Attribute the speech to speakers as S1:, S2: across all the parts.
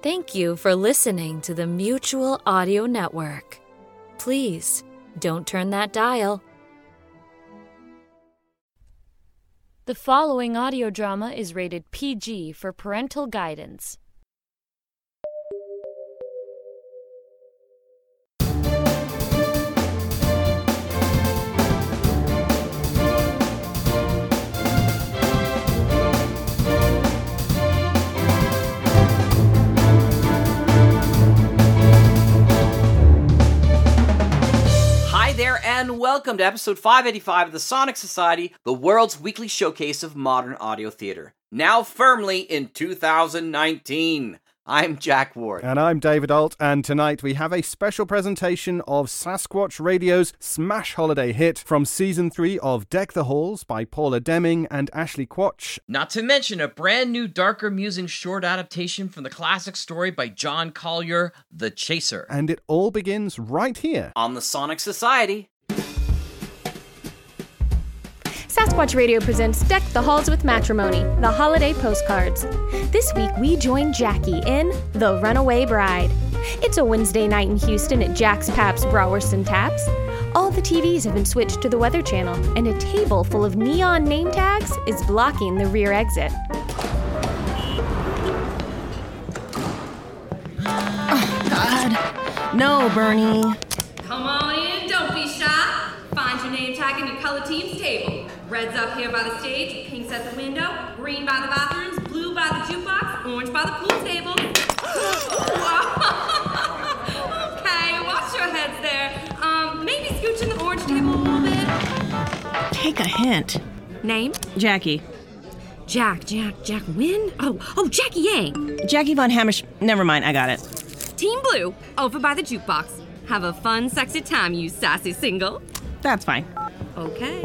S1: Thank you for listening to the Mutual Audio Network. Please don't turn that dial.
S2: The following audio drama is rated PG for parental guidance.
S3: Hi there, and welcome to episode 585 of the Sonic Society, the world's weekly showcase of modern audio theater. Now firmly in 2019. I'm Jack Ward.
S4: And I'm David Alt, and tonight we have a special presentation of Sasquatch Radio's smash holiday hit from season three of Deck the Halls by Paula Deming and Ashley Quatch.
S5: Not to mention a brand new, darker, musing short adaptation from the classic story by John Collier, The Chaser.
S4: And it all begins right here.
S3: On the Sonic Society,
S6: Sasquatch Radio presents Deck the Halls with Matrimony, the holiday postcards. This week we join Jackie in The Runaway Bride. It's a Wednesday night in Houston at Jack's Paps Browers and Taps. All the TVs have been switched to the Weather Channel, and a table full of neon name tags is blocking the rear exit.
S7: Oh, No, Bernie.
S8: Come on in, don't be shy. Find your name tag in your color team's table. Red's up here by the stage, pink's at the window, green by the bathrooms, blue by the jukebox, orange by the pool table. okay, watch your heads there. Um, maybe scooch in the orange table a little bit.
S7: Take a hint.
S8: Name?
S7: Jackie.
S8: Jack, Jack, Jack Win? Oh, oh, Jackie Yang.
S7: Jackie Von Hamish. Never mind, I got it.
S8: Team Blue, over by the jukebox. Have a fun, sexy time, you sassy single.
S7: That's fine.
S8: Okay.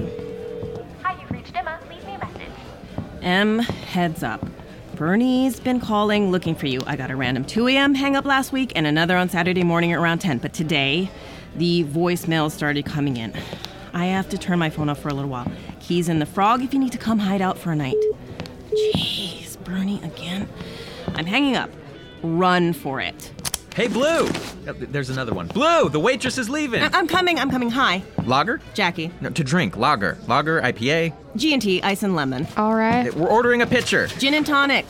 S9: Hi, you've reached Emma. Leave me a message.
S7: M, heads up. Bernie's been calling looking for you. I got a random 2 a.m. hang up last week and another on Saturday morning around 10, but today the voicemail started coming in. I have to turn my phone off for a little while. Keys in the frog if you need to come hide out for a night. Jeez, Bernie again. I'm hanging up. Run for it.
S5: Hey, Blue! Oh, th- There's another one. Blue, the waitress is leaving.
S7: I- I'm coming, I'm coming. Hi,
S5: Lager?
S7: Uh-uh. Jackie.
S5: No, to drink. Lager. Lager, IPA.
S7: G&T, ice and lemon.
S10: All
S7: Eh.
S10: right.
S5: We're ordering a pitcher.
S7: Gin and tonic.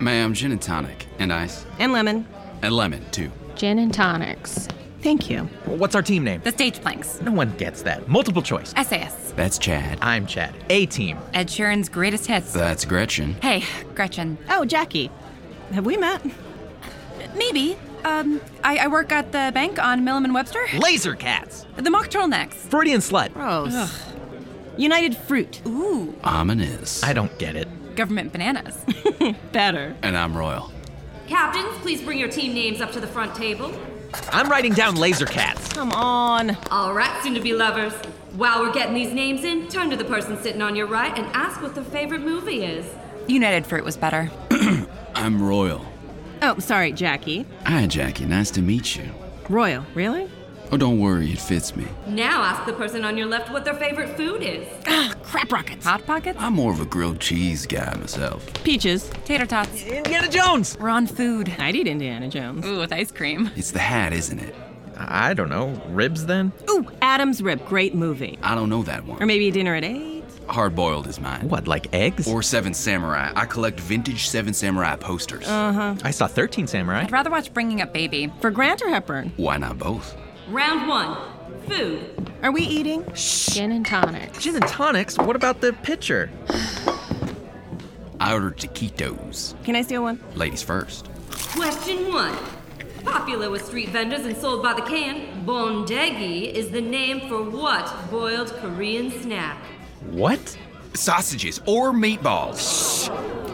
S11: Ma'am, gin and tonic, and ice,
S7: And lemon.
S11: and lemon too.
S10: Gin and tonics.
S7: Thank you.
S5: What's our team name?
S8: The stage planks.
S5: No one gets that. Multiple choice.
S8: SAS.
S11: That's Chad.
S5: I'm Chad. A team.
S8: Ed Sheeran's greatest hits.
S11: That's Gretchen.
S8: Hey, Gretchen.
S7: Oh, Jackie. Have we met?
S8: Maybe. Um, I, I work at the bank on Milliman Webster.
S5: Laser Cats.
S8: The mock turtlenecks.
S5: Freudian slut.
S7: Gross. United Fruit.
S8: Ooh,
S11: Ominous.
S5: I don't get it.
S8: government bananas.
S7: Better.
S11: and I'm Royal.
S9: Captains, please bring your team names up to the front table.
S5: I'm writing down Laser Cats.
S7: Come on.
S9: All right, soon to be lovers. While we're getting these names in, turn to the person sitting on your right and ask what their favorite movie is.
S8: United Fruit was better.
S11: I'm Royal.
S7: Oh, sorry, Jackie.
S11: Hi, Jackie. Nice to meet you.
S7: Royal, really?
S11: Oh, don't worry. It fits me.
S9: Now ask the person on your left what their favorite food is.
S7: Crap rockets.
S8: Hot Pockets?
S11: I'm more of a grilled cheese guy myself.
S7: Peaches.
S8: Tater Tots.
S5: Indiana Jones!
S8: We're on food.
S7: I'd eat Indiana Jones.
S8: Ooh, with ice cream.
S11: It's the hat, isn't it?
S5: I don't know. Ribs then?
S7: Ooh, Adam's Rib. Great movie.
S11: I don't know that one.
S7: Or maybe a dinner at eight.
S11: Hard boiled is mine.
S5: What, like eggs?
S11: Or Seven Samurai. I collect vintage Seven Samurai posters.
S5: Uh, I saw 13 Samurai.
S8: I'd rather watch Bringing Up Baby.
S7: Uh-huh. For Grant or Hepburn?
S11: Why not both?
S9: Round one food.
S7: Are we eating?
S10: Gin and tonics.
S5: Gin and tonics? What about the pitcher?
S11: I ordered taquitos.
S7: Can I steal one?
S11: Ladies first.
S9: Question one. Popular with street vendors and sold by the can, bondegi is the name for what boiled Korean snack?
S5: What?
S11: Sausages or meatballs.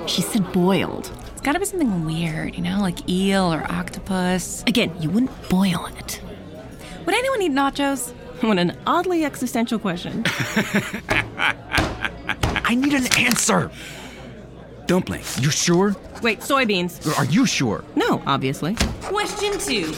S12: She said boiled. It's gotta be something weird, you know, like eel or octopus. Again, you wouldn't boil it. Would anyone eat nachos?
S7: What an oddly existential question.
S11: I need an answer. Dumpling. You sure?
S7: Wait, soybeans.
S11: Are you sure?
S7: No, obviously.
S9: Question two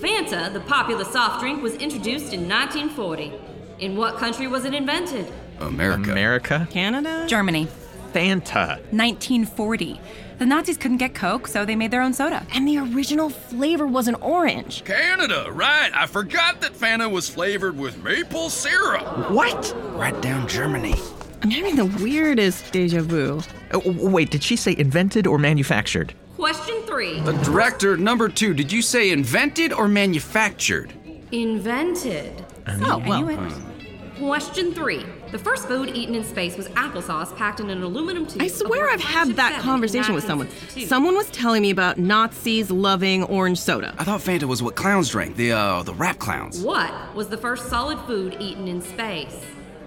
S9: Fanta, the popular soft drink, was introduced in 1940. In what country was it invented?
S11: America.
S13: America?
S7: Canada?
S12: Germany.
S13: Fanta.
S12: 1940. The Nazis couldn't get Coke, so they made their own soda.
S7: And the original flavor was an orange.
S11: Canada, right. I forgot that Fanta was flavored with maple syrup.
S13: What?
S11: Right down Germany.
S7: I'm having the weirdest deja vu.
S13: Oh, wait, did she say invented or manufactured?
S9: Question three
S11: The director, number two, did you say invented or manufactured?
S9: Invented.
S12: Oh, well.
S9: Question three. The first food eaten in space was applesauce packed in an aluminum tube.
S7: I swear I've had that conversation with someone. Someone was telling me about Nazis loving orange soda.
S11: I thought Fanta was what clowns drank, the uh, the rap clowns.
S9: What was the first solid food eaten in space?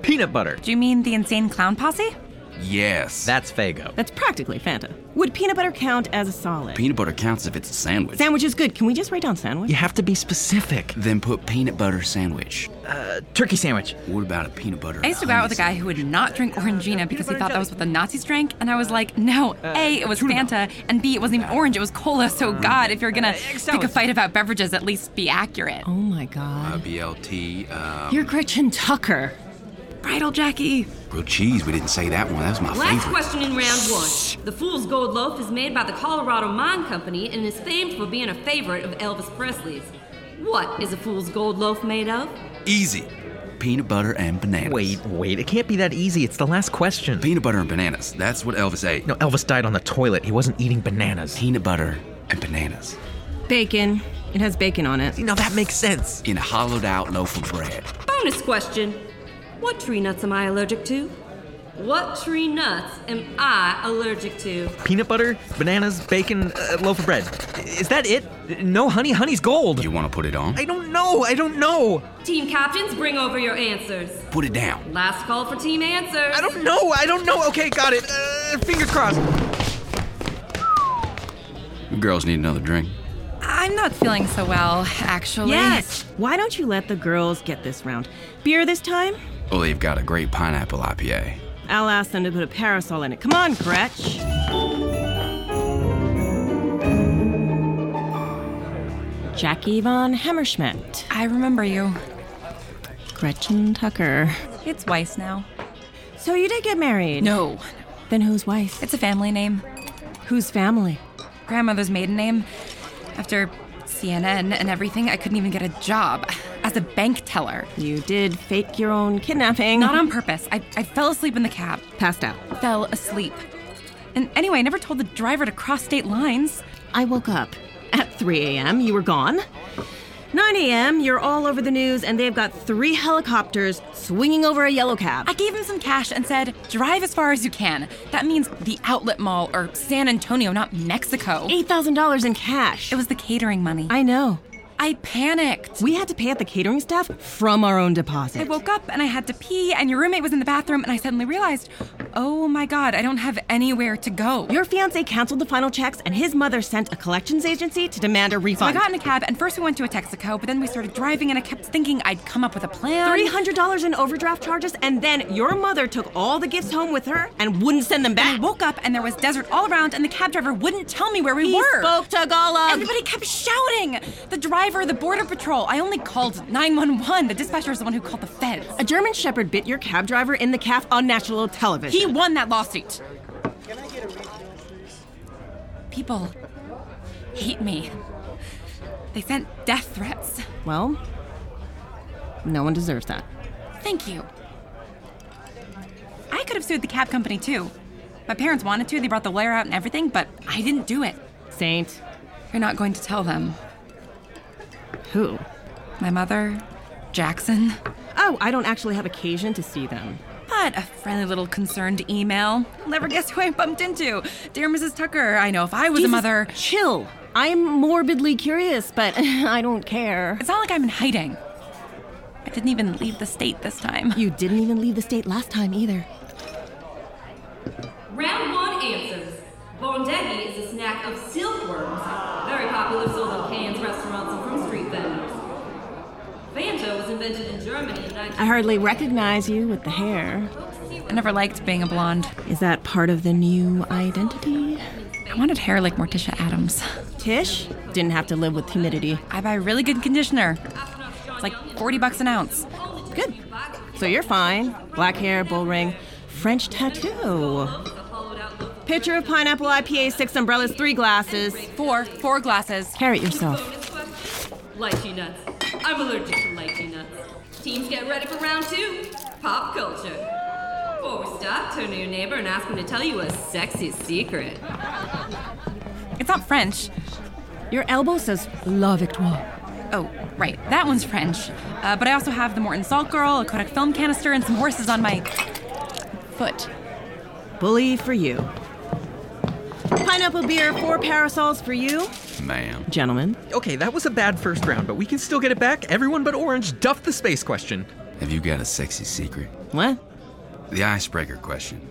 S13: Peanut butter.
S12: Do you mean the insane clown posse?
S11: Yes.
S13: That's Fago.
S7: That's practically Fanta. Would peanut butter count as a solid?
S11: Peanut butter counts if it's a sandwich.
S7: Sandwich is good. Can we just write down sandwich?
S13: You have to be specific.
S11: Then put peanut butter sandwich.
S13: Uh, turkey sandwich.
S11: What about a peanut butter?
S12: I used to go out with a guy who would not drink Orangina because he thought that was what the Nazis drank, and I was like, no, A, it was Fanta, and B, it wasn't even orange, it was cola, so God, if you're gonna pick a fight about beverages, at least be accurate.
S7: Oh my God.
S11: Uh, BLT. Um,
S7: You're Gretchen Tucker.
S12: Bridal
S7: E.
S12: Jackie.
S11: grilled cheese. We didn't say that one. That was my
S9: Last
S11: favorite.
S9: question in round one. The Fool's Gold Loaf is made by the Colorado Mine Company and is famed for being a favorite of Elvis Presley's. What is a Fool's Gold Loaf made of?
S11: Easy. Peanut butter and bananas.
S13: Wait, wait, it can't be that easy. It's the last question.
S11: Peanut butter and bananas. That's what Elvis ate.
S13: No, Elvis died on the toilet. He wasn't eating bananas.
S11: Peanut butter and bananas.
S7: Bacon. It has bacon on it.
S13: Now that makes sense.
S11: In a hollowed out loaf of bread.
S9: Bonus question. What tree nuts am I allergic to? What tree nuts am I allergic to?
S13: Peanut butter, bananas, bacon, uh, loaf of bread. Is that it? No honey, honey's gold.
S11: You want to put it on?
S13: I don't know. I don't know.
S9: Team captains, bring over your answers.
S11: Put it down.
S9: Last call for team answers.
S13: I don't know. I don't know. Okay, got it. Uh, fingers crossed.
S11: You girls need another drink.
S12: I'm not feeling so well, actually.
S7: Yes. Why don't you let the girls get this round? Beer this time?
S11: Well, Oh, they've got a great pineapple IPA.
S7: I'll ask them to put a parasol in it. Come on, Gretch. Jackie von Hammerschmidt.
S12: I remember you.
S7: Gretchen Tucker.
S12: It's Weiss now.
S7: So you did get married?
S12: No.
S7: Then who's Weiss?
S12: It's a family name.
S7: Whose family?
S12: Grandmother's maiden name. After CNN and everything, I couldn't even get a job as a bank teller.
S7: You did fake your own kidnapping.
S12: Not on purpose. I, I fell asleep in the cab.
S7: Passed out.
S12: Fell asleep. And anyway, I never told the driver to cross state lines.
S7: I woke up at 3 a.m. You were gone. 9 a.m., you're all over the news, and they've got three helicopters swinging over a yellow cab.
S12: I gave him some cash and said, drive as far as you can. That means the outlet mall or San Antonio, not Mexico.
S7: $8,000 in cash.
S12: It was the catering money.
S7: I know.
S12: I panicked.
S7: We had to pay out the catering staff from our own deposit.
S12: I woke up and I had to pee, and your roommate was in the bathroom, and I suddenly realized, oh my god, I don't have anywhere to go.
S7: Your fiance canceled the final checks, and his mother sent a collections agency to demand a
S12: So I
S7: refund.
S12: got in a cab, and first we went to a Texaco, but then we started driving, and I kept thinking I'd come up with a plan.
S7: $300 in overdraft charges, and then your mother took all the gifts home with her and wouldn't send them
S12: I
S7: back.
S12: woke up, and there was desert all around, and the cab driver wouldn't tell me where we
S7: He
S12: were.
S7: spoke Tagalog.
S12: Everybody kept shouting. The driver, the border patrol. I only called 911. The dispatcher is the one who called the feds.
S7: A German shepherd bit your cab driver in the calf on national television.
S12: He won that lawsuit. People hate me. They sent death threats.
S7: Well, no one deserves that.
S12: Thank you. I could have sued the cab company too. My parents wanted to, they brought the lawyer out and everything, but I didn't do it.
S7: Saint.
S12: You're not going to tell them.
S7: Who?
S12: My mother, Jackson,
S7: Oh, I don't actually have occasion to see them.
S12: but a friendly little concerned email. I'll never guess who I bumped into. Dear Mrs. Tucker, I know if I was a
S7: Jesus,
S12: mother.
S7: Chill. I'm morbidly curious, but I don't care.
S12: It's not like I'm in hiding. I didn't even leave the state this time.
S7: You didn't even leave the state last time either.
S9: Round one answers.
S8: Degi is a snack of silkworms, very popular sold at cans, restaurants, and from street vendors. Fanta was invented in Germany in 19...
S7: I hardly recognize you with the hair.
S12: I never liked being a blonde.
S7: Is that part of the new identity?
S12: I wanted hair like Morticia Adams.
S7: Tish didn't have to live with humidity.
S12: I buy really good conditioner. It's like 40 bucks an ounce.
S7: Good. So you're fine. Black hair, bull ring, French tattoo. Pitcher of pineapple IPA, six umbrellas, three glasses.
S12: Four, four glasses.
S7: Carry it yourself.
S8: Lychee nuts. I'm allergic to lychee nuts. Teams get ready for round two. Pop culture. Before we start, turn to your neighbor and ask him to tell you a sexy secret.
S12: It's not French.
S7: Your elbow says La Victoire.
S12: Oh, right. That one's French. Uh, but I also have the Morton Salt Girl, a Kodak film canister, and some horses on my foot.
S7: Bully for you. Pineapple beer, four parasols for you.
S13: Ma'am.
S7: Gentlemen.
S13: Okay, that was a bad first round, but we can still get it back. Everyone but Orange duffed the space question.
S11: Have you got a sexy secret?
S7: What?
S11: The icebreaker question.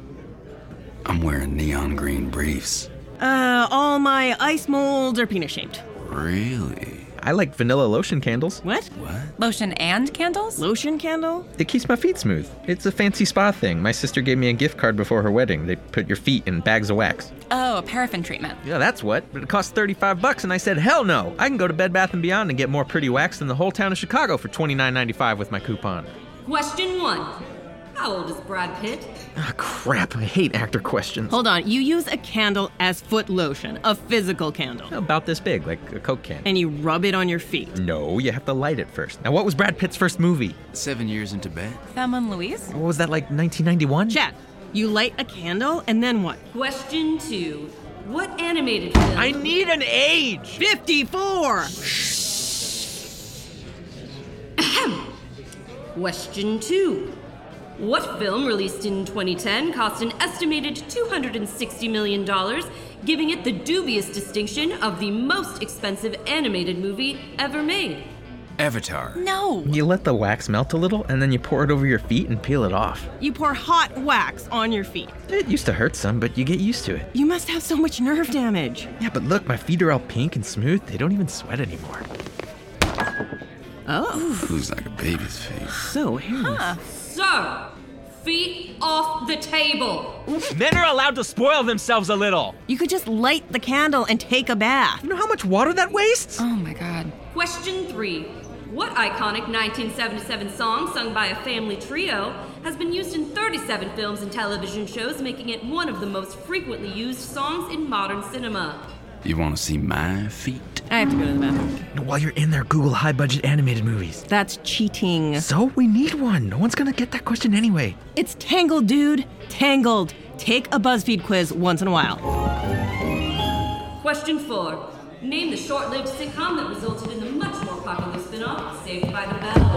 S11: I'm wearing neon green briefs.
S7: Uh, all my ice molds are penis shaped.
S11: Really?
S13: I like vanilla lotion candles.
S7: What?
S11: What?
S12: Lotion and candles?
S7: Lotion candle?
S13: It keeps my feet smooth. It's a fancy spa thing. My sister gave me a gift card before her wedding. They put your feet in bags of wax.
S12: Oh, a paraffin treatment.
S13: Yeah, that's what. But it cost 35 bucks and I said, "Hell no. I can go to Bed Bath & Beyond and get more pretty wax than the whole town of Chicago for 29.95 with my coupon."
S8: Question one. How old is Brad Pitt?
S13: Ah, crap. I hate actor questions.
S7: Hold on. You use a candle as foot lotion, a physical candle.
S13: About this big, like a Coke can.
S7: Oh. And you rub it on your feet.
S13: No, you have to light it first. Now, what was Brad Pitt's first movie?
S11: Seven years in Tibet.
S12: Thumb and Louise?
S13: What was that, like 1991?
S7: Jack, you light a candle and then what?
S8: Question two. What animated film?
S13: I need an age!
S7: 54!
S8: Ahem. Question two. What film released in 2010 cost an estimated $260 million, giving it the dubious distinction of the most expensive animated movie ever made?
S11: Avatar.
S12: No!
S13: You let the wax melt a little and then you pour it over your feet and peel it off.
S7: You pour hot wax on your feet.
S13: It used to hurt some, but you get used to it.
S7: You must have so much nerve damage.
S13: Yeah, but look, my feet are all pink and smooth. They don't even sweat anymore.
S7: Oh.
S11: Looks like a baby's face.
S7: So
S13: Hmm.
S7: hairless.
S12: Huh.
S8: Sir, feet off the table.
S13: Men are allowed to spoil themselves a little.
S7: You could just light the candle and take a bath.
S13: You know how much water that wastes?
S12: Oh my god.
S8: Question three. What iconic 1977 song sung by a family trio has been used in 37 films and television shows, making it one of the most frequently used songs in modern cinema?
S11: You want to see my feet?
S7: I have to go to the bathroom.
S13: While you're in there, Google high budget animated movies.
S7: That's cheating.
S13: So we need one. No one's gonna get that question anyway.
S7: It's Tangled, dude. Tangled. Take a BuzzFeed quiz once in a while.
S8: Question four. Name the short lived sitcom that resulted in the much more popular spin off, Saved by the Bell.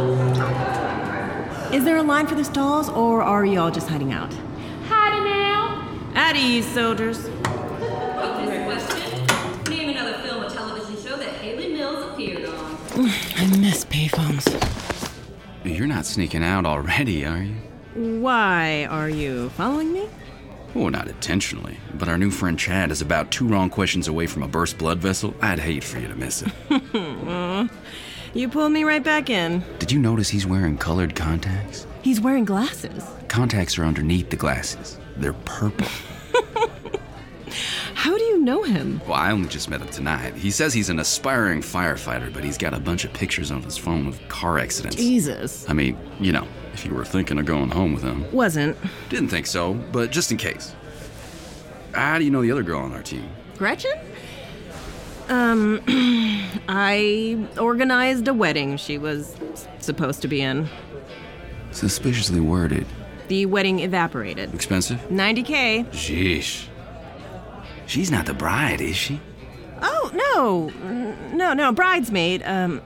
S7: Is there a line for the stalls, or are y'all just hiding out?
S10: Hiding now.
S7: At ease, soldiers.
S8: Question. Name another film or television show that Haley Mills appeared on.
S7: I miss payphones.
S11: You're not sneaking out already, are you?
S7: Why are you following me?
S11: Well, not intentionally, but our new friend Chad is about two wrong questions away from a burst blood vessel. I'd hate for you to miss it.
S7: Aw. you pulled me right back in.
S11: Did you notice he's wearing colored contacts?
S7: He's wearing glasses.
S11: Contacts are underneath the glasses. They're purple.
S7: How do you know him?
S11: Well, I only just met him tonight. He says he's an aspiring firefighter, but he's got a bunch of pictures on his phone of car accidents.
S7: Jesus.
S11: I mean, you know, if you were thinking of going home with him.
S7: Wasn't.
S11: Didn't think so, but just in case. How do you know the other girl on our team?
S7: Gretchen? Um, I organized a wedding she was s- supposed to be in.
S11: Suspiciously worded.
S7: The wedding evaporated.
S11: Expensive?
S7: 90K.
S11: Sheesh. She's not the bride, is she?
S7: Oh, no. N- No, no, bridesmaid. Um,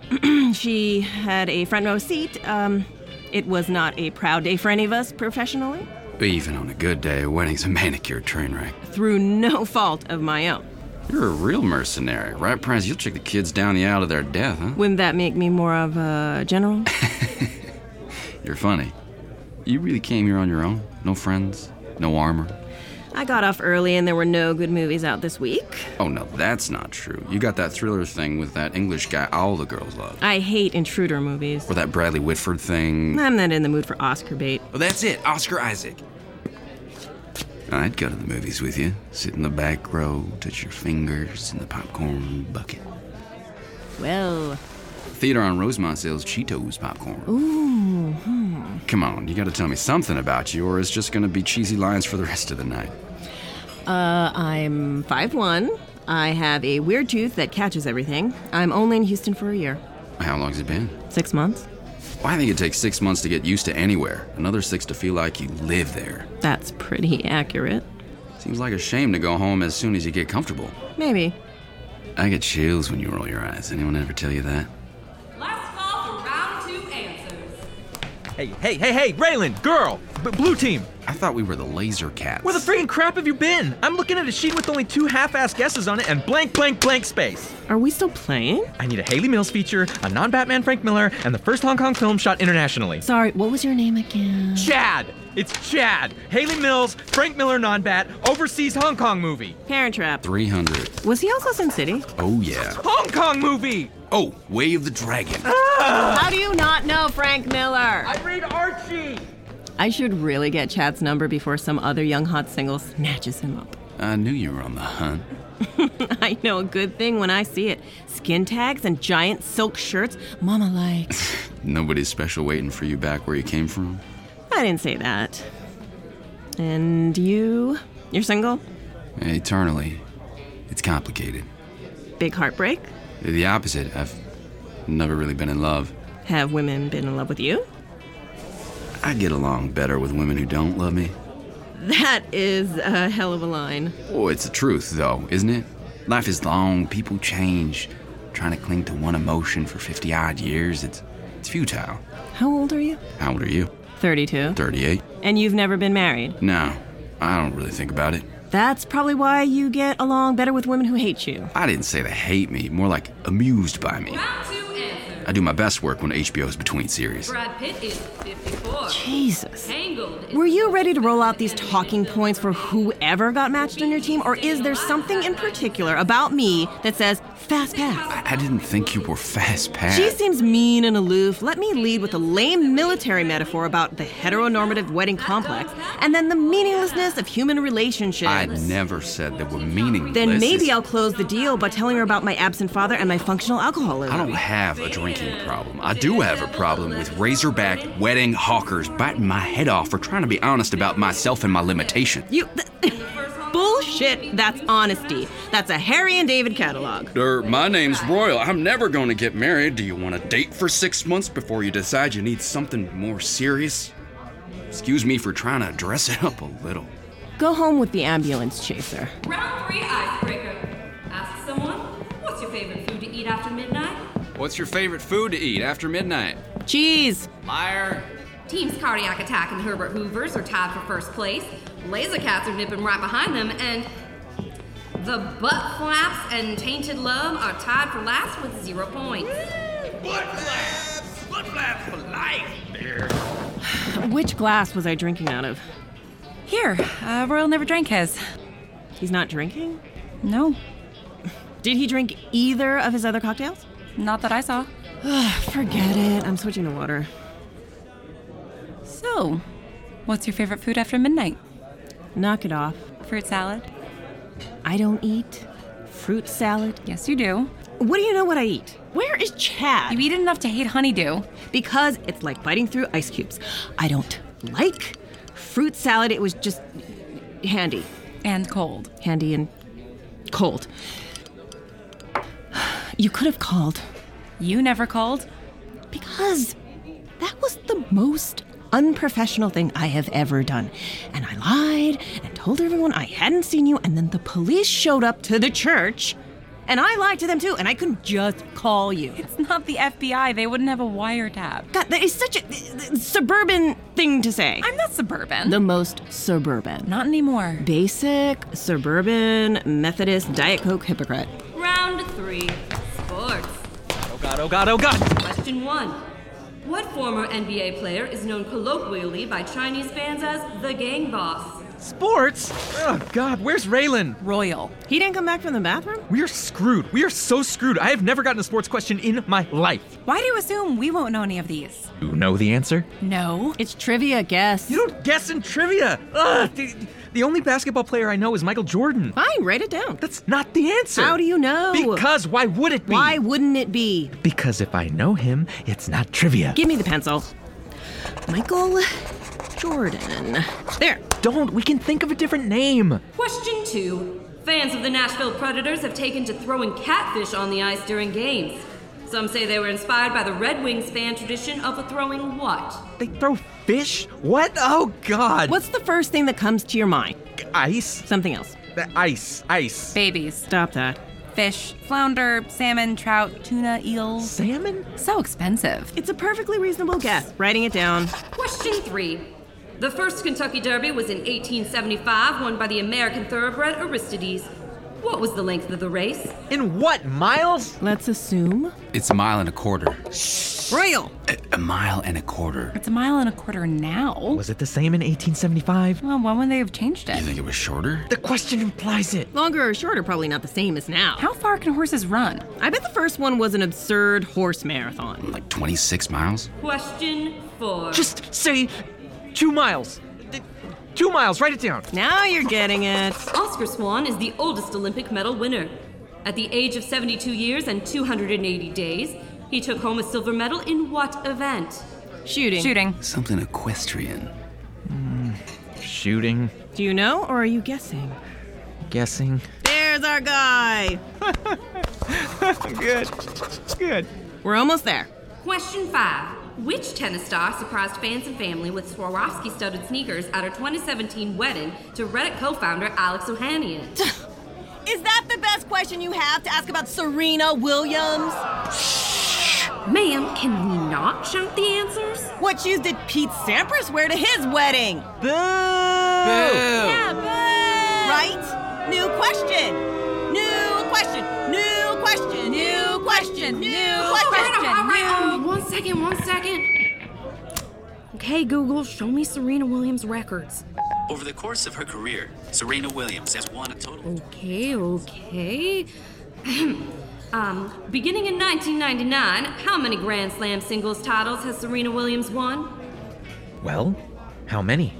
S7: she had a front row seat. Um, it was not a proud day for any of us professionally,
S11: Even on a good day, a wedding's a manicure train wreck.
S7: through no fault of my own.
S11: You're a real mercenary, right, Prize? You'll check the kids down the aisle to their death, huh?
S7: Wouldn't that make me more of a general?
S11: You're funny. You really came here on your own? No friends? No armor?
S7: I got off early and there were no good movies out this week.
S11: Oh, no, that's not true. You got that thriller thing with that English guy all the girls love.
S7: I hate intruder movies.
S11: Or that Bradley Whitford thing.
S7: I'm not in the mood for Oscar bait.
S11: Oh, that's it, Oscar Isaac. I'd go to the movies with you, sit in the back row, touch your fingers in the popcorn bucket.
S7: Well,
S11: Theater on Rosemont sells Cheetos popcorn.
S7: ooh, hmm.
S11: Come on, you gotta tell me something about you, or it's just gonna be cheesy lines for the rest of the night.
S7: Uh, I'm 5'1. I have a weird tooth that catches everything. I'm only in Houston for a year.
S11: How long's it been?
S7: Six months.
S11: Well, I think it takes six months to get used to anywhere, another six to feel like you live there.
S7: That's pretty accurate.
S11: Seems like a shame to go home as soon as you get comfortable.
S7: Maybe.
S11: I get chills when you roll your eyes. Anyone ever tell you that?
S13: Hey, hey, hey, hey, Raylan, girl, b- blue team.
S11: I thought we were the laser cats.
S13: Where the freaking crap have you been? I'm looking at a sheet with only two half-ass guesses on it and blank, blank, blank space.
S7: Are we still playing?
S13: I need a Haley Mills feature, a non-Batman Frank Miller, and the first Hong Kong film shot internationally.
S7: Sorry, what was your name again?
S13: Chad. It's Chad. Haley Mills, Frank Miller non-Bat, overseas Hong Kong movie.
S7: Parent Trap.
S11: 300.
S7: Was he also Sin City?
S11: Oh, yeah.
S13: Hong Kong movie. Ah.
S11: Oh, Way of the Dragon.
S7: How do you not know Frank Miller?
S13: I read Archie.
S7: I should really get Chad's number before some other young hot single snatches him up.
S11: I knew you were on the hunt.
S7: I know a good thing when I see it. Skin tags and giant silk shirts. Mama likes.
S11: Nobody's special waiting for you back where you came from.
S7: I didn't say that. And you? You're single?
S11: Eternally. It's complicated.
S7: Big heartbreak?
S11: The opposite. I've never really been in love.
S7: Have women been in love with you?
S11: I get along better with women who don't love me.
S7: That is a hell of a line.
S11: Oh, it's the truth, though, isn't it? Life is long, people change. Trying to cling to one emotion for 50 odd years, it's, it's futile.
S7: How old are you?
S11: How old are you?
S7: 32.
S11: 38?
S7: And you've never been married?
S11: No, I don't really think about it.
S7: That's probably why you get along better with women who hate you.
S11: I didn't say they hate me, more like amused by me. I do my best work when HBO's between series.
S8: Brad Pitt is 54.
S7: Jesus.
S8: Tangled.
S7: Were you ready to roll out these talking points for whoever got matched on your team, or is there something in particular about me that says fast pass?
S11: I didn't think you were fast past.
S7: She seems mean and aloof. Let me lead with a lame military metaphor about the heteronormative wedding complex, and then the meaninglessness of human relationships.
S11: I never said they were meaningless.
S7: Then maybe I'll close the deal by telling her about my absent father and my functional
S11: I
S7: alcoholism.
S11: don't have a drinking problem. I do have a problem with razorback wedding hawkers biting my head off for trying to be honest about myself and my limitations.
S7: You. Th- bullshit, that's honesty. That's a Harry and David catalog.
S11: Er, my name's Royal. I'm never going to get married. Do you want to date for six months before you decide you need something more serious? Excuse me for trying to dress it up a little.
S7: Go home with the ambulance chaser.
S8: Round three icebreaker. Ask someone, what's your favorite food to eat after midnight?
S11: What's your favorite food to eat after midnight?
S7: Cheese.
S11: Liar.
S8: Teams Cardiac Attack and Herbert Hoovers are tied for first place. Laser Cats are nipping right behind them, and the Butt Flaps and Tainted Love are tied for last with zero points.
S5: Butt flaps! Butt flaps for life!
S7: Which glass was I drinking out of?
S12: Here, uh, Royal never drank his.
S7: He's not drinking?
S12: No,
S7: Did he drink either of his other cocktails?
S12: not that I saw.
S7: Forget it. I'm switching to water.
S12: So, what's your favorite food after midnight?
S7: Knock it off.
S12: Fruit salad?
S7: I don't eat fruit salad.
S12: Yes, you do.
S7: What do you know what I eat? Where is Chad?
S12: You eat it enough to hate honeydew.
S7: because it's like biting through ice cubes. I don't like fruit salad. It was just handy.
S12: And cold.
S7: Handy and cold. You could have called.
S12: You never called?
S7: Because that was the most unprofessional thing I have ever done. And I lied and told everyone I hadn't seen you, and then the police showed up to the church, and I lied to them too, and I couldn't just call you.
S12: It's not the FBI. They wouldn't have a wiretap.
S7: God, Uh, that is such a suburban thing to say.
S12: I'm not suburban.
S7: the most suburban.
S12: Not anymore.
S7: Basic, suburban, Methodist, Diet Coke hypocrite.
S8: Round three, sports.
S13: Oh god, oh god, oh god!
S8: Question one What former NBA player is known colloquially by Chinese fans as the Gang Boss?
S13: Sports? Oh, God, where's Raylan?
S12: Royal.
S7: He didn't come back from the bathroom?
S13: We are screwed. We are so screwed. I have never gotten a sports question in my life.
S12: Why do you assume we won't know any of these?
S13: You know the answer?
S12: No.
S7: It's trivia, guess.
S13: You don't guess in trivia. Ugh, the, the only basketball player I know is Michael Jordan.
S7: Fine, write it down.
S13: That's not the answer.
S7: How do you know?
S13: Because why would it be?
S7: Why wouldn't it be?
S13: Because if I know him, it's not trivia.
S7: Give me the pencil. Michael Jordan. There.
S13: Don't. We can think of a different name.
S8: Question two. Fans of the Nashville Predators have taken to throwing catfish on the ice during games. Some say they were inspired by the Red Wings fan tradition of throwing what?
S13: They throw fish? What? Oh, God.
S7: What's the first thing that comes to your mind?
S13: Ice?
S7: Something else.
S13: The ice. Ice.
S12: Babies.
S7: Stop that.
S12: Fish, flounder, salmon, trout, tuna, eels.
S13: Salmon?
S12: So expensive.
S7: It's a perfectly reasonable guess. Writing it down.
S8: Question three. The first Kentucky Derby was in 1875, won by the American thoroughbred Aristides. What was the length of the race?
S13: In what miles?
S7: Let's assume.
S11: It's a mile and a quarter.
S7: Royal.
S11: A, a, mile and a quarter.
S12: It's a mile and a quarter now.
S13: Was it the same in 1875?
S12: Well, when would they have changed it?
S11: You think it was shorter?
S13: The question implies it.
S7: Longer or shorter, probably not the same as now.
S12: How far can horses run?
S7: I bet the first one was an absurd horse marathon.
S11: Like 26 miles?
S8: Question four.
S13: Just say two miles. Two miles, write it down.
S7: Now you're getting it.
S8: Oscar Swan is the oldest Olympic medal winner. At the age of 72 years and 280 days, he took home a silver medal in what event?
S7: Shooting.
S12: Shooting.
S11: Something equestrian.
S13: Mm, shooting.
S7: Do you know or are you guessing?
S13: Guessing.
S7: There's our guy.
S13: Good. Good.
S7: We're almost there.
S8: Question five. Which tennis star surprised fans and family with Swarovski studded sneakers at her 2017 wedding to Reddit co founder Alex Ohanian?
S7: Is that the best question you have to ask about Serena Williams?
S8: Shh. Ma'am, can we not shout the answers?
S7: What shoes did Pete Sampras wear to his wedding?
S13: Boo! Boo!
S7: Yeah, boo! Right? New question! New question! New question! New question! New
S8: oh,
S7: question!
S8: Right, all right, um, one second, one second. Okay, Google, show me Serena Williams records.
S14: Over the course of her career, Serena Williams has won a total.
S8: Okay, okay. um, beginning in 1999, how many Grand Slam singles titles has Serena Williams won?
S13: Well, how many?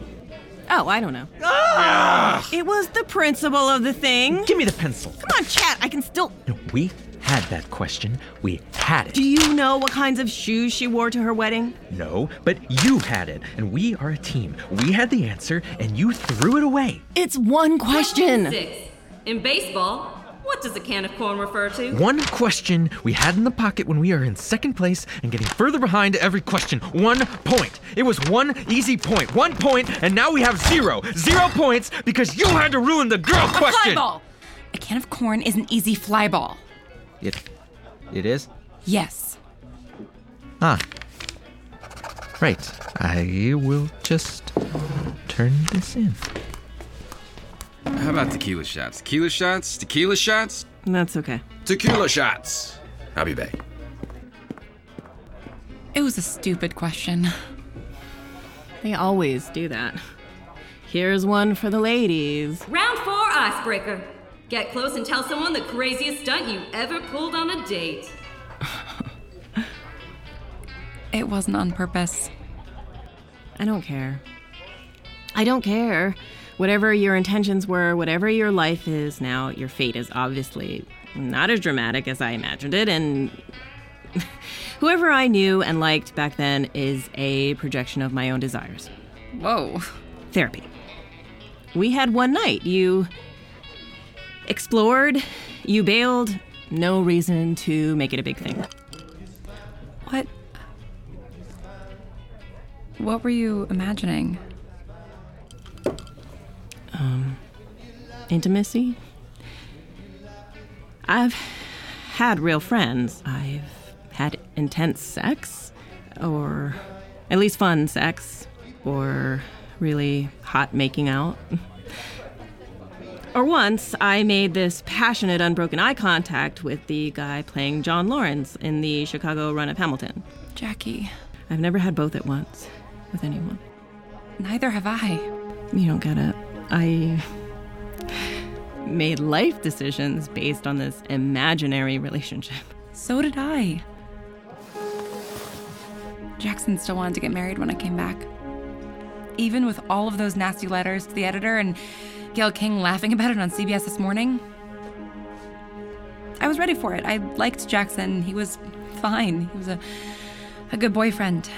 S7: Oh, I don't know.
S13: Ah!
S7: It was the principle of the thing.
S13: Give me the pencil.
S7: Come on, chat. I can still.
S13: No, we had that question. We had it.
S7: Do you know what kinds of shoes she wore to her wedding?
S13: No, but you had it, and we are a team. We had the answer, and you threw it away.
S7: It's one question.
S8: Six. In baseball, what does a can of corn refer to?
S13: One question we had in the pocket when we are in second place and getting further behind every question. One point. It was one easy point. One point, and now we have zero. Zero points because you had to ruin the girl question.
S12: A fly ball. A can of corn is an easy fly ball.
S13: It. It is?
S12: Yes.
S13: Ah. Right. I will just turn this in.
S11: How about tequila shots? Tequila shots? Tequila shots?
S7: That's okay.
S11: Tequila shots! I'll be back.
S12: It was a stupid question.
S7: They always do that. Here's one for the ladies.
S8: Round four icebreaker. Get close and tell someone the craziest stunt you ever pulled on a date.
S12: it wasn't on purpose.
S7: I don't care. I don't care. Whatever your intentions were, whatever your life is now, your fate is obviously not as dramatic as I imagined it, and whoever I knew and liked back then is a projection of my own desires.
S12: Whoa.
S7: Therapy. We had one night. You explored, you bailed, no reason to make it a big thing.
S12: What? What were you imagining?
S7: Um, intimacy. I've had real friends. I've had intense sex, or at least fun sex, or really hot making out. Or once, I made this passionate, unbroken eye contact with the guy playing John Lawrence in the Chicago run of Hamilton.
S12: Jackie.
S7: I've never had both at once with anyone.
S12: Neither have I.
S7: You don't get it. I made life decisions based on this imaginary relationship.
S12: So did I. Jackson still wanted to get married when I came back. Even with all of those nasty letters to the editor and Gail King laughing about it on CBS this morning, I was ready for it. I liked Jackson. He was fine. He was a, a good boyfriend.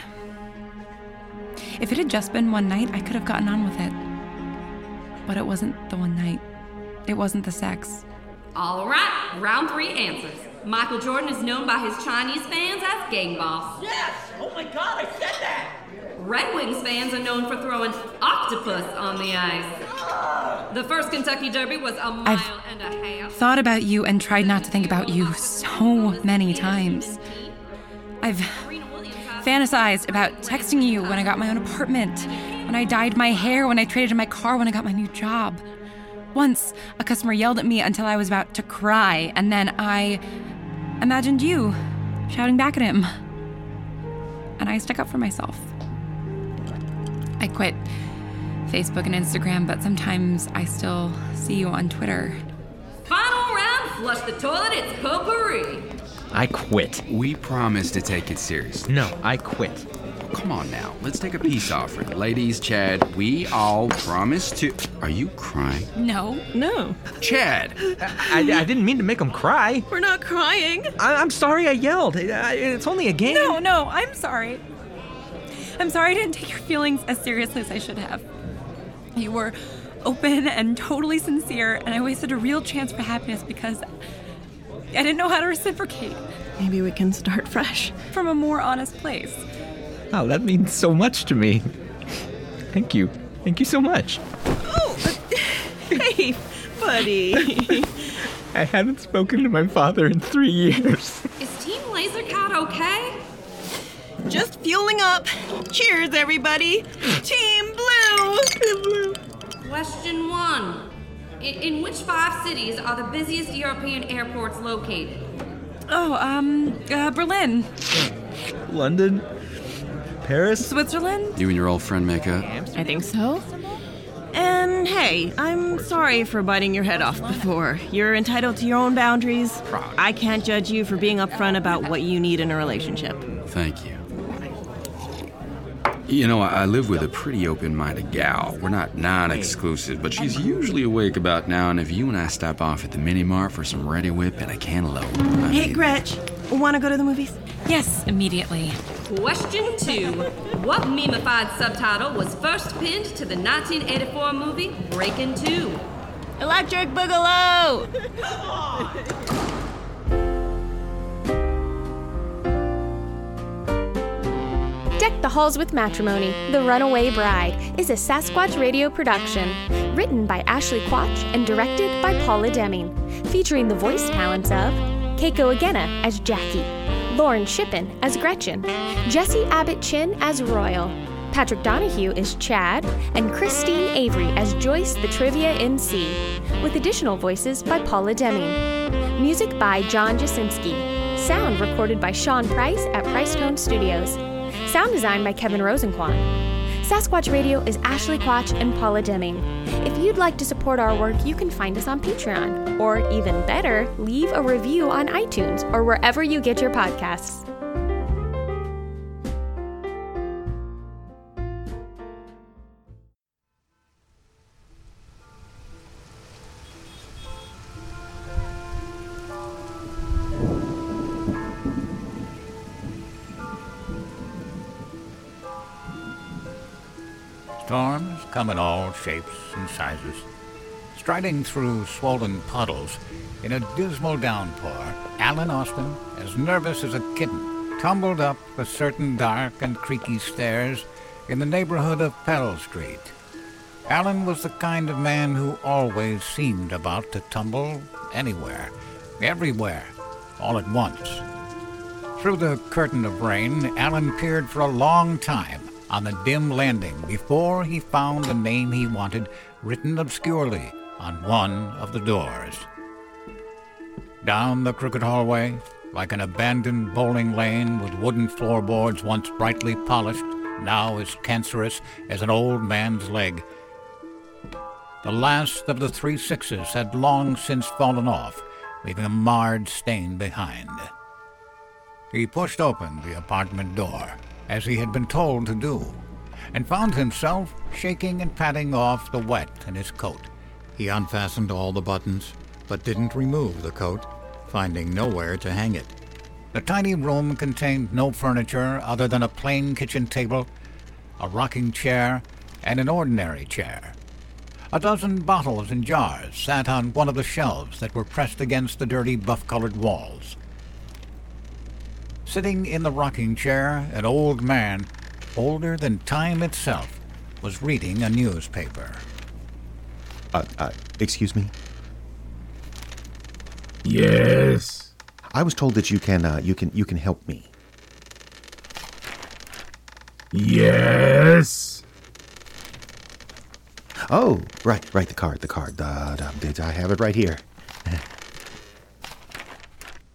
S12: If it had just been one night, I could have gotten on with it. But it wasn't the one night, it wasn't the sex.
S9: All right, round three answers. Michael Jordan is known by his Chinese fans as Gang Boss.
S15: Yes! Oh my god, I said that!
S9: Red Wings fans are known for throwing octopus on the ice. The first Kentucky Derby was a mile
S12: I've
S9: and a half.
S12: Thought about you and tried not to think about you so many times. I've fantasized about texting you when I got my own apartment, when I dyed my hair, when I traded in my car, when I got my new job. Once, a customer yelled at me until I was about to cry, and then I imagined you shouting back at him. And I stuck up for myself. I quit Facebook and Instagram, but sometimes I still see you on Twitter.
S9: Final round, flush the toilet, it's potpourri.
S13: I quit.
S11: We promise to take it seriously.
S13: No, I quit.
S11: Come on now, let's take a peace offering. Ladies, Chad, we all promise to. Are you crying?
S12: No.
S7: No.
S11: Chad!
S13: I, I didn't mean to make him cry.
S7: We're not crying.
S13: I, I'm sorry I yelled. I- I- it's only a game.
S12: No, no, I'm sorry. I'm sorry I didn't take your feelings as seriously as I should have. You were open and totally sincere, and I wasted a real chance for happiness because I didn't know how to reciprocate
S7: Maybe we can start fresh.
S12: from a more honest place.
S13: Oh, that means so much to me. Thank you. Thank you so much.
S7: Oh, Hey, buddy.
S13: I haven't spoken to my father in three years.
S9: Is Team Laser Cat okay?
S7: Just fueling up. Cheers, everybody. Team Blue.
S9: Question one In, in which five cities are the busiest European airports located?
S12: Oh, um, uh, Berlin,
S13: London, Paris.
S12: Switzerland.
S11: You and your old friend make up.
S7: I think so. And hey, I'm sorry for biting your head off before. You're entitled to your own boundaries. I can't judge you for being upfront about what you need in a relationship.
S11: Thank you. You know, I I live with a pretty open minded gal. We're not non exclusive, but she's usually awake about now, and if you and I stop off at the mini mart for some ready whip and a cantaloupe. I
S7: Hey, Gretch, want to go to the movies?
S12: Yes, immediately.
S9: Question two What memified subtitle was first pinned to the 1984 movie Breaking Two?
S7: Electric Boogaloo!
S6: Deck the Halls with Matrimony, The Runaway Bride is a Sasquatch radio production. Written by Ashley Quatch and directed by Paula Deming. Featuring the voice talents of Keiko Agena as Jackie, Lauren Shippen as Gretchen, Jesse Abbott Chin as Royal, Patrick Donahue as Chad, and Christine Avery as Joyce the Trivia MC. With additional voices by Paula Deming. Music by John Jasinski. Sound recorded by Sean Price at Price Tone Studios. Sound design by Kevin Rosenquan. Sasquatch Radio is Ashley Quatch and Paula Deming. If you'd like to support our work, you can find us on Patreon, or even better, leave a review on iTunes or wherever you get your podcasts.
S16: Storms come in all shapes and sizes. Striding through swollen puddles in a dismal downpour, Alan Austin, as nervous as a kitten, tumbled up a certain dark and creaky stairs in the neighborhood of Pell Street. Alan was the kind of man who always seemed about to tumble anywhere, everywhere, all at once. Through the curtain of rain, Alan peered for a long time on the dim landing before he found the name he wanted written obscurely on one of the doors. Down the crooked hallway, like an abandoned bowling lane with wooden floorboards once brightly polished, now as cancerous as an old man's leg, The last of the three sixes had long since fallen off, leaving a marred stain behind. He pushed open the apartment door, as he had been told to do, and found himself shaking and patting off the wet in his coat. He unfastened all the buttons, but didn't remove the coat, finding nowhere to hang it. The tiny room contained no furniture other than a plain kitchen table, a rocking chair, and an ordinary chair. A dozen bottles and jars sat on one of the shelves that were pressed against the dirty buff colored walls. Sitting in the rocking chair, an old man, older than time itself, was reading a newspaper.
S17: Uh, uh, excuse me?
S18: Yes.
S17: I was told that you can, uh, you can, you can help me.
S18: Yes.
S17: Oh, right, right. The card, the card. Uh, did I have it right here?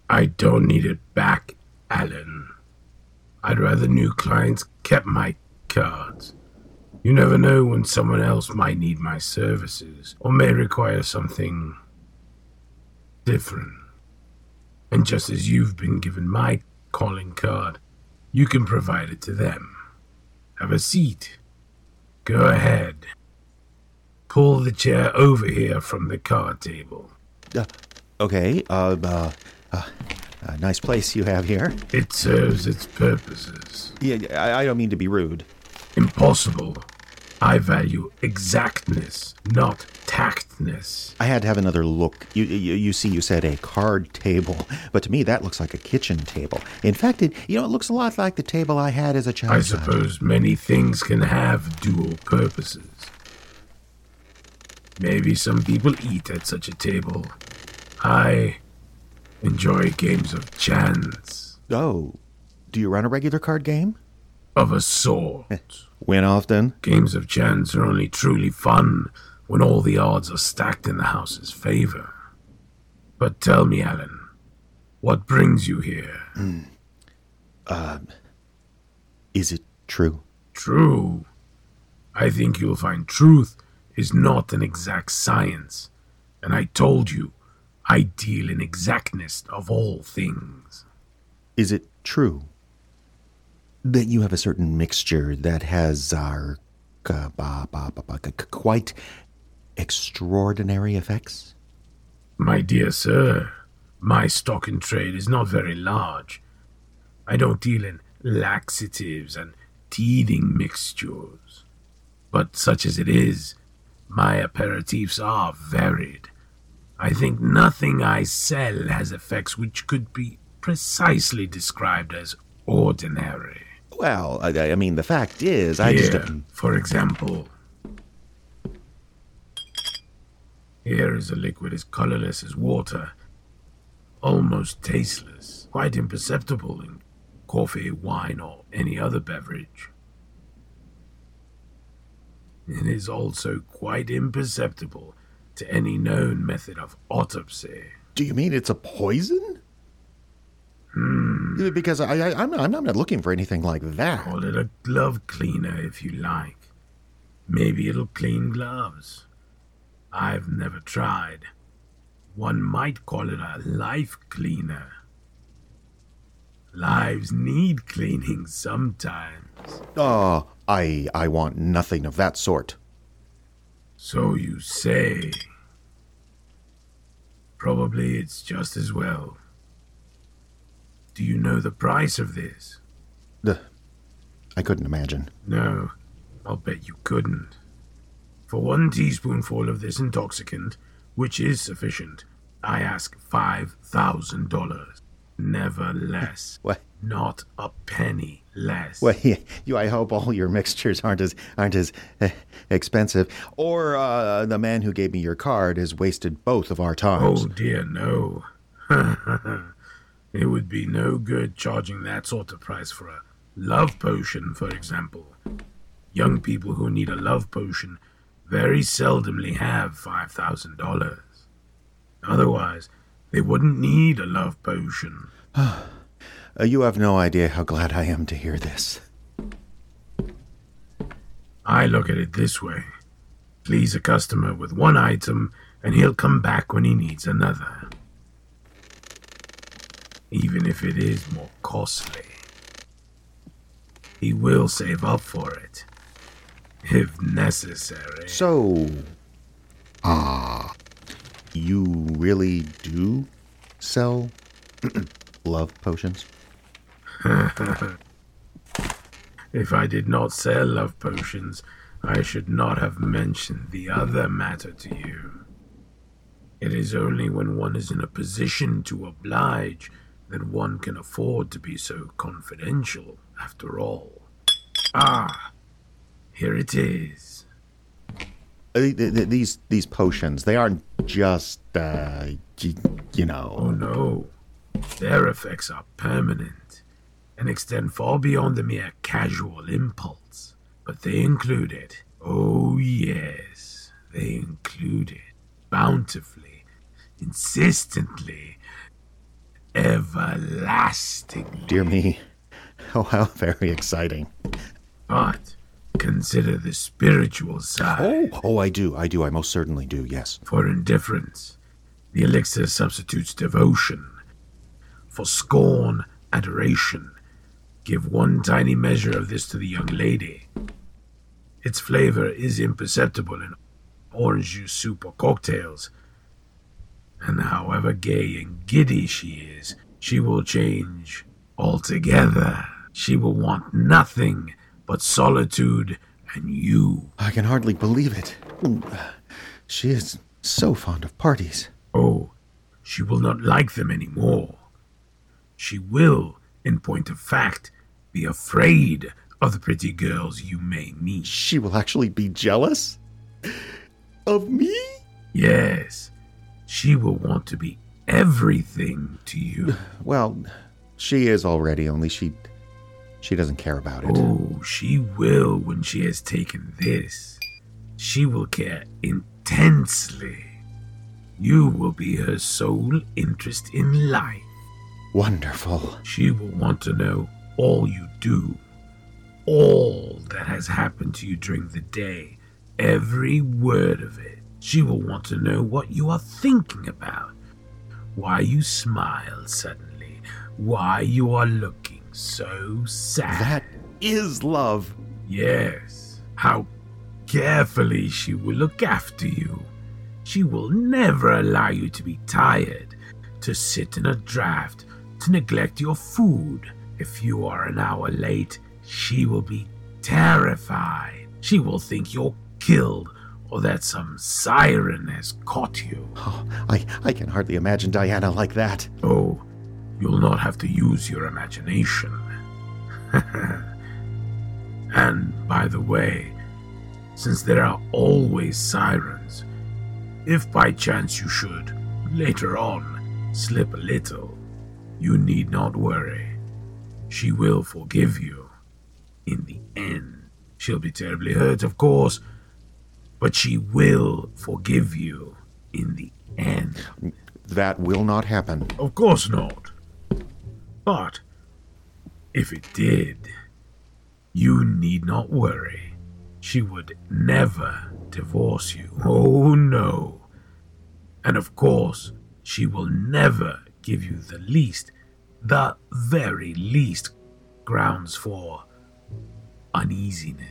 S18: I don't need it back, Alan. I'd rather new clients kept my cards. You never know when someone else might need my services or may require something different. And just as you've been given my calling card, you can provide it to them. Have a seat. Go ahead. Pull the chair over here from the card table.
S17: Uh, okay. Uh, uh, uh, uh, nice place you have here.
S18: It serves its purposes.
S17: Yeah, I, I don't mean to be rude.
S18: Impossible. I value exactness, not tactness.
S17: I had to have another look. You, you, you see, you said a card table, but to me that looks like a kitchen table. In fact, it you know it looks a lot like the table I had as a child.
S18: I suppose many things can have dual purposes. Maybe some people eat at such a table. I enjoy games of chance.
S17: Oh, do you run a regular card game?
S18: Of a
S17: Eh,
S18: sort.
S17: Win often?
S18: Games of chance are only truly fun when all the odds are stacked in the house's favor. But tell me, Alan, what brings you here?
S17: Mm. Uh, is it true?
S18: True. I think you'll find truth is not an exact science. And I told you, I deal in exactness of all things.
S17: Is it true that you have a certain mixture that has our uh, bah, bah, bah, quite extraordinary effects?
S18: My dear sir, my stock in trade is not very large. I don't deal in laxatives and teething mixtures. But such as it is, my aperitifs are varied. I think nothing I sell has effects which could be precisely described as ordinary.
S17: Well, I, I mean, the fact is, I
S18: Here,
S17: just. don't-
S18: for example, here is a liquid as colorless as water, almost tasteless, quite imperceptible in coffee, wine, or any other beverage. It is also quite imperceptible to any known method of autopsy.
S17: Do you mean it's a poison? Because I, I, I'm, not, I'm not looking for anything like that.
S18: Call it a glove cleaner if you like. Maybe it'll clean gloves. I've never tried. One might call it a life cleaner. Lives need cleaning sometimes.
S17: Oh, I, I want nothing of that sort.
S18: So you say. Probably it's just as well. Do you know the price of this?
S17: Ugh. I couldn't imagine.
S18: No, I'll bet you couldn't. For one teaspoonful of this intoxicant, which is sufficient, I ask five thousand dollars. Never less.
S17: What?
S18: Not a penny less.
S17: Well, yeah, you, I hope all your mixtures aren't as aren't as eh, expensive, or uh, the man who gave me your card has wasted both of our times.
S18: Oh dear, no. it would be no good charging that sort of price for a love potion, for example. Young people who need a love potion very seldomly have $5,000. Otherwise, they wouldn't need a love potion.
S17: Uh, you have no idea how glad I am to hear this.
S18: I look at it this way Please a customer with one item, and he'll come back when he needs another. Even if it is more costly, he will save up for it. If necessary.
S17: So. Ah. you really do sell love potions?
S18: if I did not sell love potions, I should not have mentioned the other matter to you. It is only when one is in a position to oblige that one can afford to be so confidential, after all. Ah, here it is.
S17: Uh, th- th- These these potions, they aren't just uh, y- you know.
S18: Oh no. Their effects are permanent and extend far beyond the mere casual impulse. But they included, oh yes, they included bountifully, insistently, everlastingly.
S17: Dear me. Oh, how very exciting.
S18: But consider the spiritual side.
S17: Oh, oh, I do. I do. I most certainly do. Yes.
S18: For indifference, the elixir substitutes devotion. For scorn, adoration. Give one tiny measure of this to the young lady. Its flavor is imperceptible in orange juice soup or cocktails. And however gay and giddy she is, she will change altogether. She will want nothing but solitude and you.
S17: I can hardly believe it. She is so fond of parties.
S18: Oh, she will not like them any more. She will, in point of fact, be afraid of the pretty girls you may meet.
S17: She will actually be jealous of me?
S18: Yes, she will want to be everything to you.
S17: Well, she is already, only she she doesn't care about it.
S18: Oh, she will when she has taken this. She will care intensely. You will be her sole interest in life.
S17: Wonderful.
S18: She will want to know all you do, all that has happened to you during the day, every word of it. She will want to know what you are thinking about, why you smile suddenly, why you are looking so sad.
S17: That is love.
S18: Yes, how carefully she will look after you. She will never allow you to be tired, to sit in a draft, to neglect your food. If you are an hour late, she will be terrified. She will think you're killed or that some siren has caught you.
S17: Oh, I, I can hardly imagine Diana like that.
S18: Oh, you'll not have to use your imagination. and by the way, since there are always sirens, if by chance you should, later on, slip a little, you need not worry. She will forgive you. In the end, she'll be terribly hurt, of course, but she will forgive you in the end.
S17: That will not happen.
S18: Of course not. But if it did, you need not worry. She would never divorce you. Oh no. And of course, she will never give you the least, the very least grounds for uneasiness.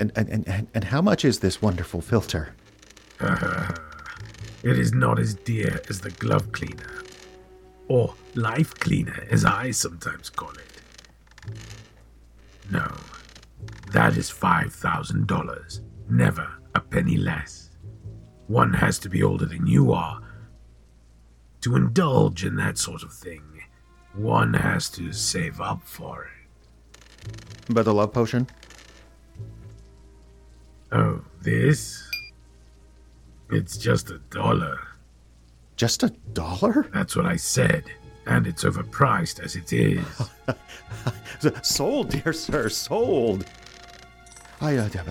S17: And and, and, and- and how much is this wonderful filter?
S18: It is not as dear as the glove cleaner, or life cleaner, as I sometimes call it. No, that is $5,000, never a penny less. One has to be older than you are to indulge in that sort of thing. One has to save up for it.
S17: But the love potion?
S18: Oh, this? It's just a dollar.
S17: Just a dollar?
S18: That's what I said. And it's overpriced as it is.
S17: Sold, dear sir, sold. I uh, I've got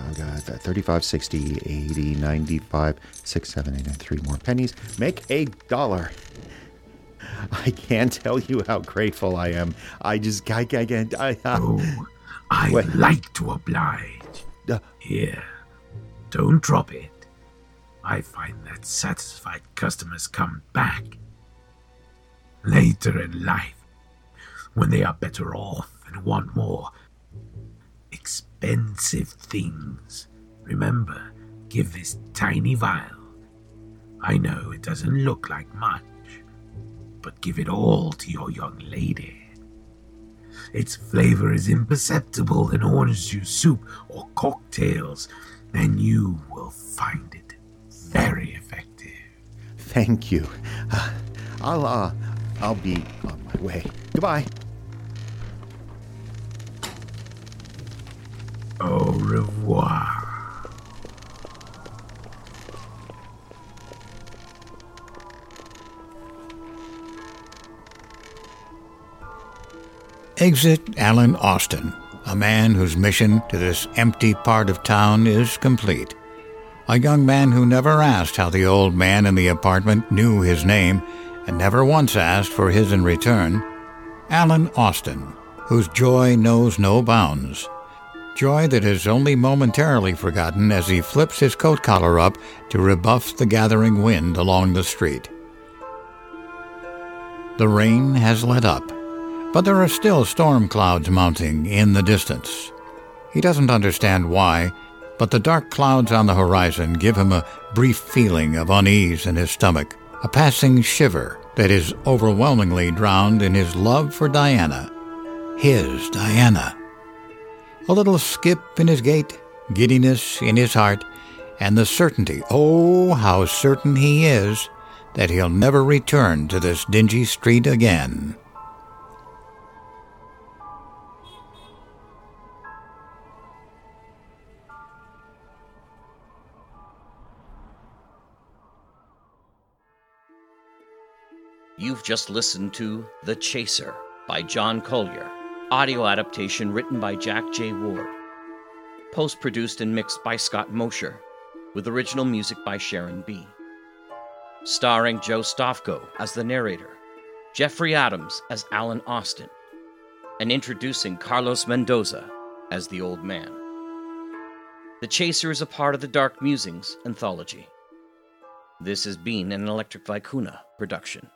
S17: that 35, 60, 80, 95, 6, 7, 8, 9, 3 more pennies. Make a dollar. I can't tell you how grateful I am. I just, I, I can't. I, uh,
S18: I
S17: Wait.
S18: like to oblige.
S17: Uh,
S18: Here, don't drop it.
S19: I find that satisfied customers come back later in life when they are better off and want more expensive things. Remember, give this tiny vial. I know it doesn't look like much, but give it all to your young lady. Its flavor is imperceptible in orange juice soup or cocktails, and you will find it very effective.
S17: Thank you. Uh, I'll uh, I'll be on my way. Goodbye.
S19: Au revoir.
S16: Exit Alan Austin, a man whose mission to this empty part of town is complete. A young man who never asked how the old man in the apartment knew his name and never once asked for his in return. Alan Austin, whose joy knows no bounds. Joy that is only momentarily forgotten as he flips his coat collar up to rebuff the gathering wind along the street. The rain has let up, but there are still storm clouds mounting in the distance. He doesn't understand why, but the dark clouds on the horizon give him a brief feeling of unease in his stomach, a passing shiver that is overwhelmingly drowned in his love for Diana. His Diana. A little skip in his gait, giddiness in his heart, and the certainty oh, how certain he is that he'll never return to this dingy street again.
S5: You've just listened to The Chaser by John Collier, audio adaptation written by Jack J. Ward, post produced and mixed by Scott Mosher, with original music by Sharon B. Starring Joe Stofko as the narrator, Jeffrey Adams as Alan Austin, and introducing Carlos Mendoza as the old man. The Chaser is a part of the Dark Musings anthology. This has been an Electric Vicuna production.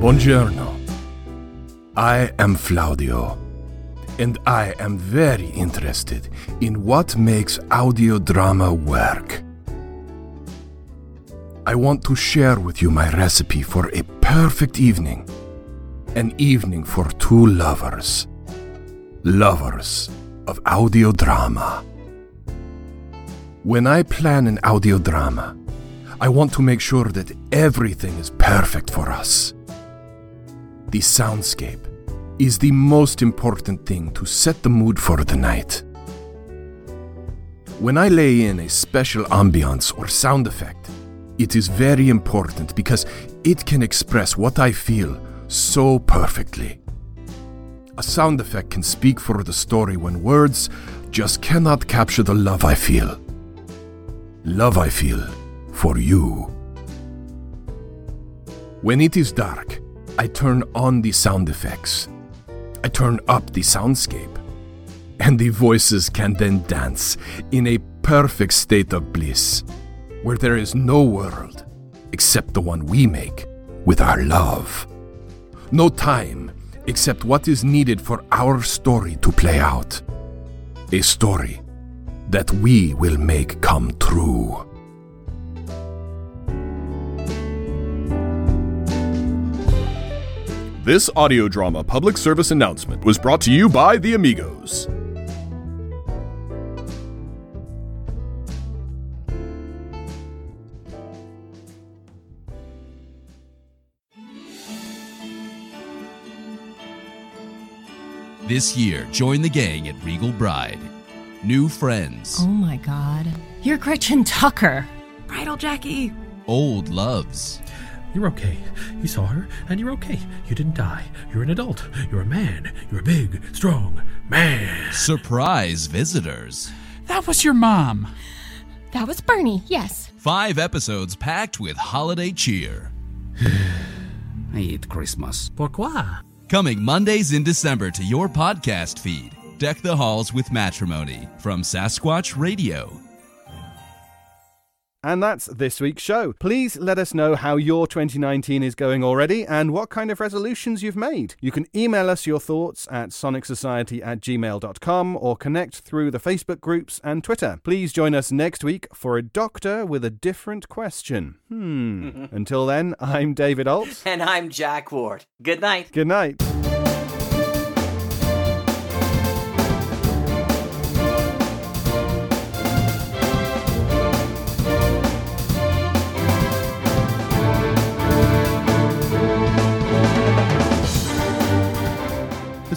S19: Buongiorno. I am Flaudio, and I am very interested in what makes audio drama work. I want to share with you my recipe for a perfect evening. An evening for two lovers. Lovers of audio drama. When I plan an audio drama, I want to make sure that everything is perfect for us. The soundscape is the most important thing to set the mood for the night. When I lay in a special ambiance or sound effect, it is very important because it can express what I feel so perfectly. A sound effect can speak for the story when words just cannot capture the love I feel. Love I feel for you. When it is dark, I turn on the sound effects. I turn up the soundscape. And the voices can then dance in a perfect state of bliss where there is no world except the one we make with our love. No time except what is needed for our story to play out. A story that we will make come true.
S20: This audio drama public service announcement was brought to you by the Amigos.
S11: This year, join the gang at Regal Bride. New friends,
S7: Oh my god. You're Gretchen Tucker.
S12: Bridal Jackie.
S11: old loves,
S21: You're okay. You saw her, and you're okay. You didn't die. You're an adult. You're a man. You're a big, strong man.
S11: surprise visitors,
S7: That was your mom. That was Bernie, yes.
S11: Five episodes packed with holiday cheer.
S22: I hate Christmas.
S23: Pourquoi?
S11: Coming Mondays in December to your podcast feed, Deck the Halls with Matrimony from Sasquatch Radio.
S4: And that's this week's show. Please let us know how your 2019 is going already and what kind of resolutions you've made. You can email us your thoughts at sonicsociety at gmail.com or connect through the Facebook groups and Twitter. Please join us next week for a doctor with a different question. Hmm. Until then, I'm David Alt.
S5: And I'm Jack Ward. Good night.
S4: Good night.
S3: The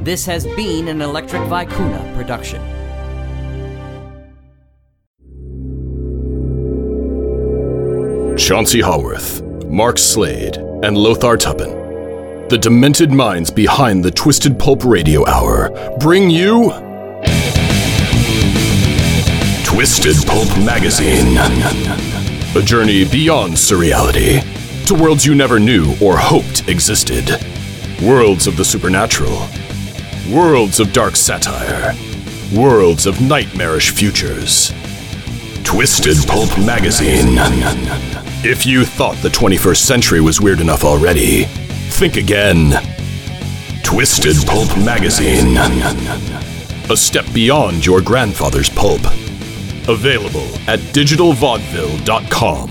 S5: This has been an Electric Vicuna production.
S21: Chauncey Haworth, Mark Slade, and Lothar Tuppen, the demented minds behind the Twisted Pulp Radio Hour, bring you. Twisted Pulp Magazine. A journey beyond surreality to worlds you never knew or hoped existed. Worlds of the supernatural. Worlds of dark satire. Worlds of nightmarish futures. Twisted Pulp Magazine. If you thought the 21st century was weird enough already, think again. Twisted Pulp Magazine. A step beyond your grandfather's pulp. Available at digitalvaudeville.com.